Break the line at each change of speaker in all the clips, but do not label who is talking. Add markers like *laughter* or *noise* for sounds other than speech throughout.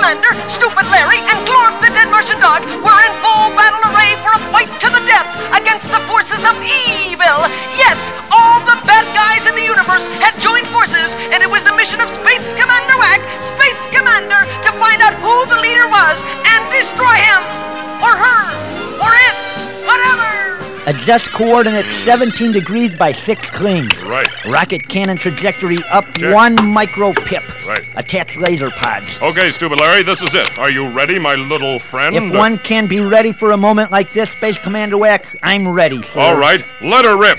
Lander, Stupid Larry, and Glorf the Dead Martian Dog were in full battle array for a fight to the death against the forces of evil. Yes, all the bad guys in the universe had joined forces, and it was the mission of Space Commander Wack, Space Commander, to find out who the leader was and destroy him, or her, or it, whatever.
Adjust coordinates 17 degrees by 6 clean.
Right.
Rocket cannon trajectory up
Check.
1 micro pip.
Right. Oh,
Attach laser pods.
Okay, Stupid Larry, this is it. Are you ready, my little friend?
If one can be ready for a moment like this, Space Commander Wack, I'm ready, sir.
All right, let her rip.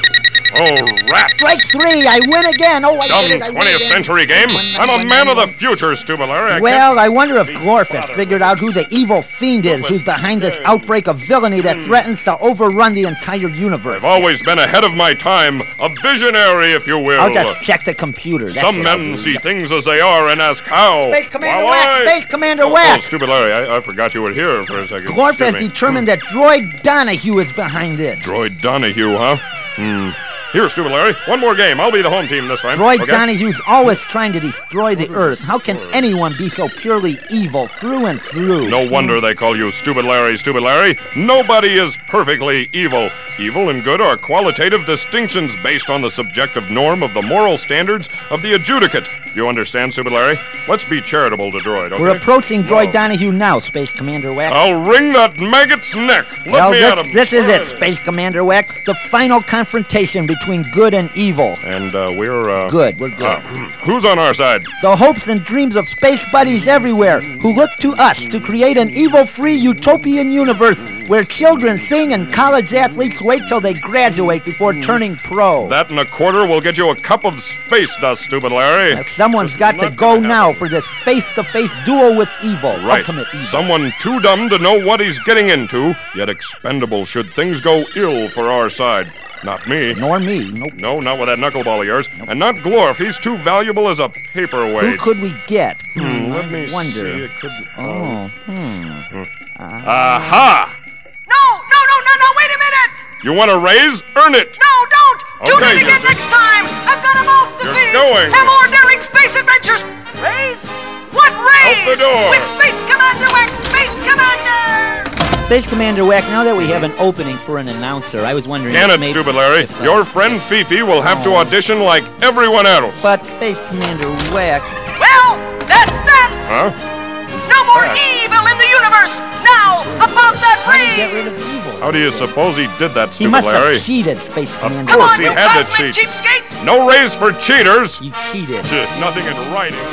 Oh, rat.
Strike three, I win again. Oh, I
Dumb
did it. I win
20th
again.
century game.
One, one,
I'm a
one,
man
one,
of the
one.
future, Stupid Larry. I
Well,
can't-
I wonder if Glorf has
bothered.
figured out who the evil fiend is who's behind this outbreak of villainy that threatens to overrun the entire universe.
Hmm. I've always been ahead of my time, a visionary, if you will.
I'll just check the computer. That's
Some
what I'll
men
do.
see things as they are and ask how.
Space Commander
Why?
Wack! Space Commander
oh,
Wack!
Oh, Stupid Larry, I, I forgot you were here for a second.
Glorf has
Excuse me.
determined that Droid Donahue is behind this.
Droid Donahue, huh? Hmm. Here, Stupid Larry, one more game. I'll be the home team this time.
Droid
okay?
Donahue's always trying to destroy the Earth. How can anyone be so purely evil through and through?
No wonder they call you Stupid Larry, Stupid Larry. Nobody is perfectly evil. Evil and good are qualitative distinctions based on the subjective norm of the moral standards of the adjudicate. You understand, Stupid Larry? Let's be charitable to Droid, okay?
We're approaching Droid
No.
Donahue now, Space Commander Wack.
I'll wring that maggot's neck. Let
well,
me at
this,
him.
this is it, Space Commander Wack. The final confrontation between good and evil.
And uh, we're uh,
Good, we're good.
uh, *clears throat* who's on our side?
The hopes and dreams of space buddies everywhere who look to us to create an evil free utopian universe where children sing and college athletes wait till they graduate before turning pro.
That and a quarter will get you a cup of space dust, stupid Larry.
Now, someone's got to
not
go
gonna
now
happen.
for this face to face duel with evil.
Right.
Ultimate evil.
Someone too dumb to know what he's getting into, yet expendable should things go ill for our side. Not me.
Nor me. Nope.
No, not with that knuckleball of yours. And not Glorf. He's too valuable as a
Who
paperweight.
could we get? I
Hmm, Let me
wonder.
see. It could be-
Oh, hmm.
Aha!
No, no, no, no, no, wait a minute!
You want a raise? Earn it!
No, don't! Tune
Okay,
in again
Susan.
next time! I've got a mouth to
You're
feed!
going.
Have more daring space adventures! Raise? What raise?
door.
With Space Commander Wax, Space Commander!
Space Commander Wack, now that we have an opening for an announcer, I was wondering.
Can
if
it,
maybe-
stupid Larry.
if, Oh. uh,
Your friend Fifi will have to audition like everyone else.
But Space Commander Wack.
Well, that's that!
Huh?
No more
Huh.
evil in the universe! Now, about that
How do you get rid
raise!
of evil?
How do you suppose he did that,
He
stupid
must
Larry?
have cheated, Space Commander.
Come
course
on,
he
you
had to
cosmic
cheat.
cheapskate!
No raise for cheaters!
You cheated.
Nothing in writing.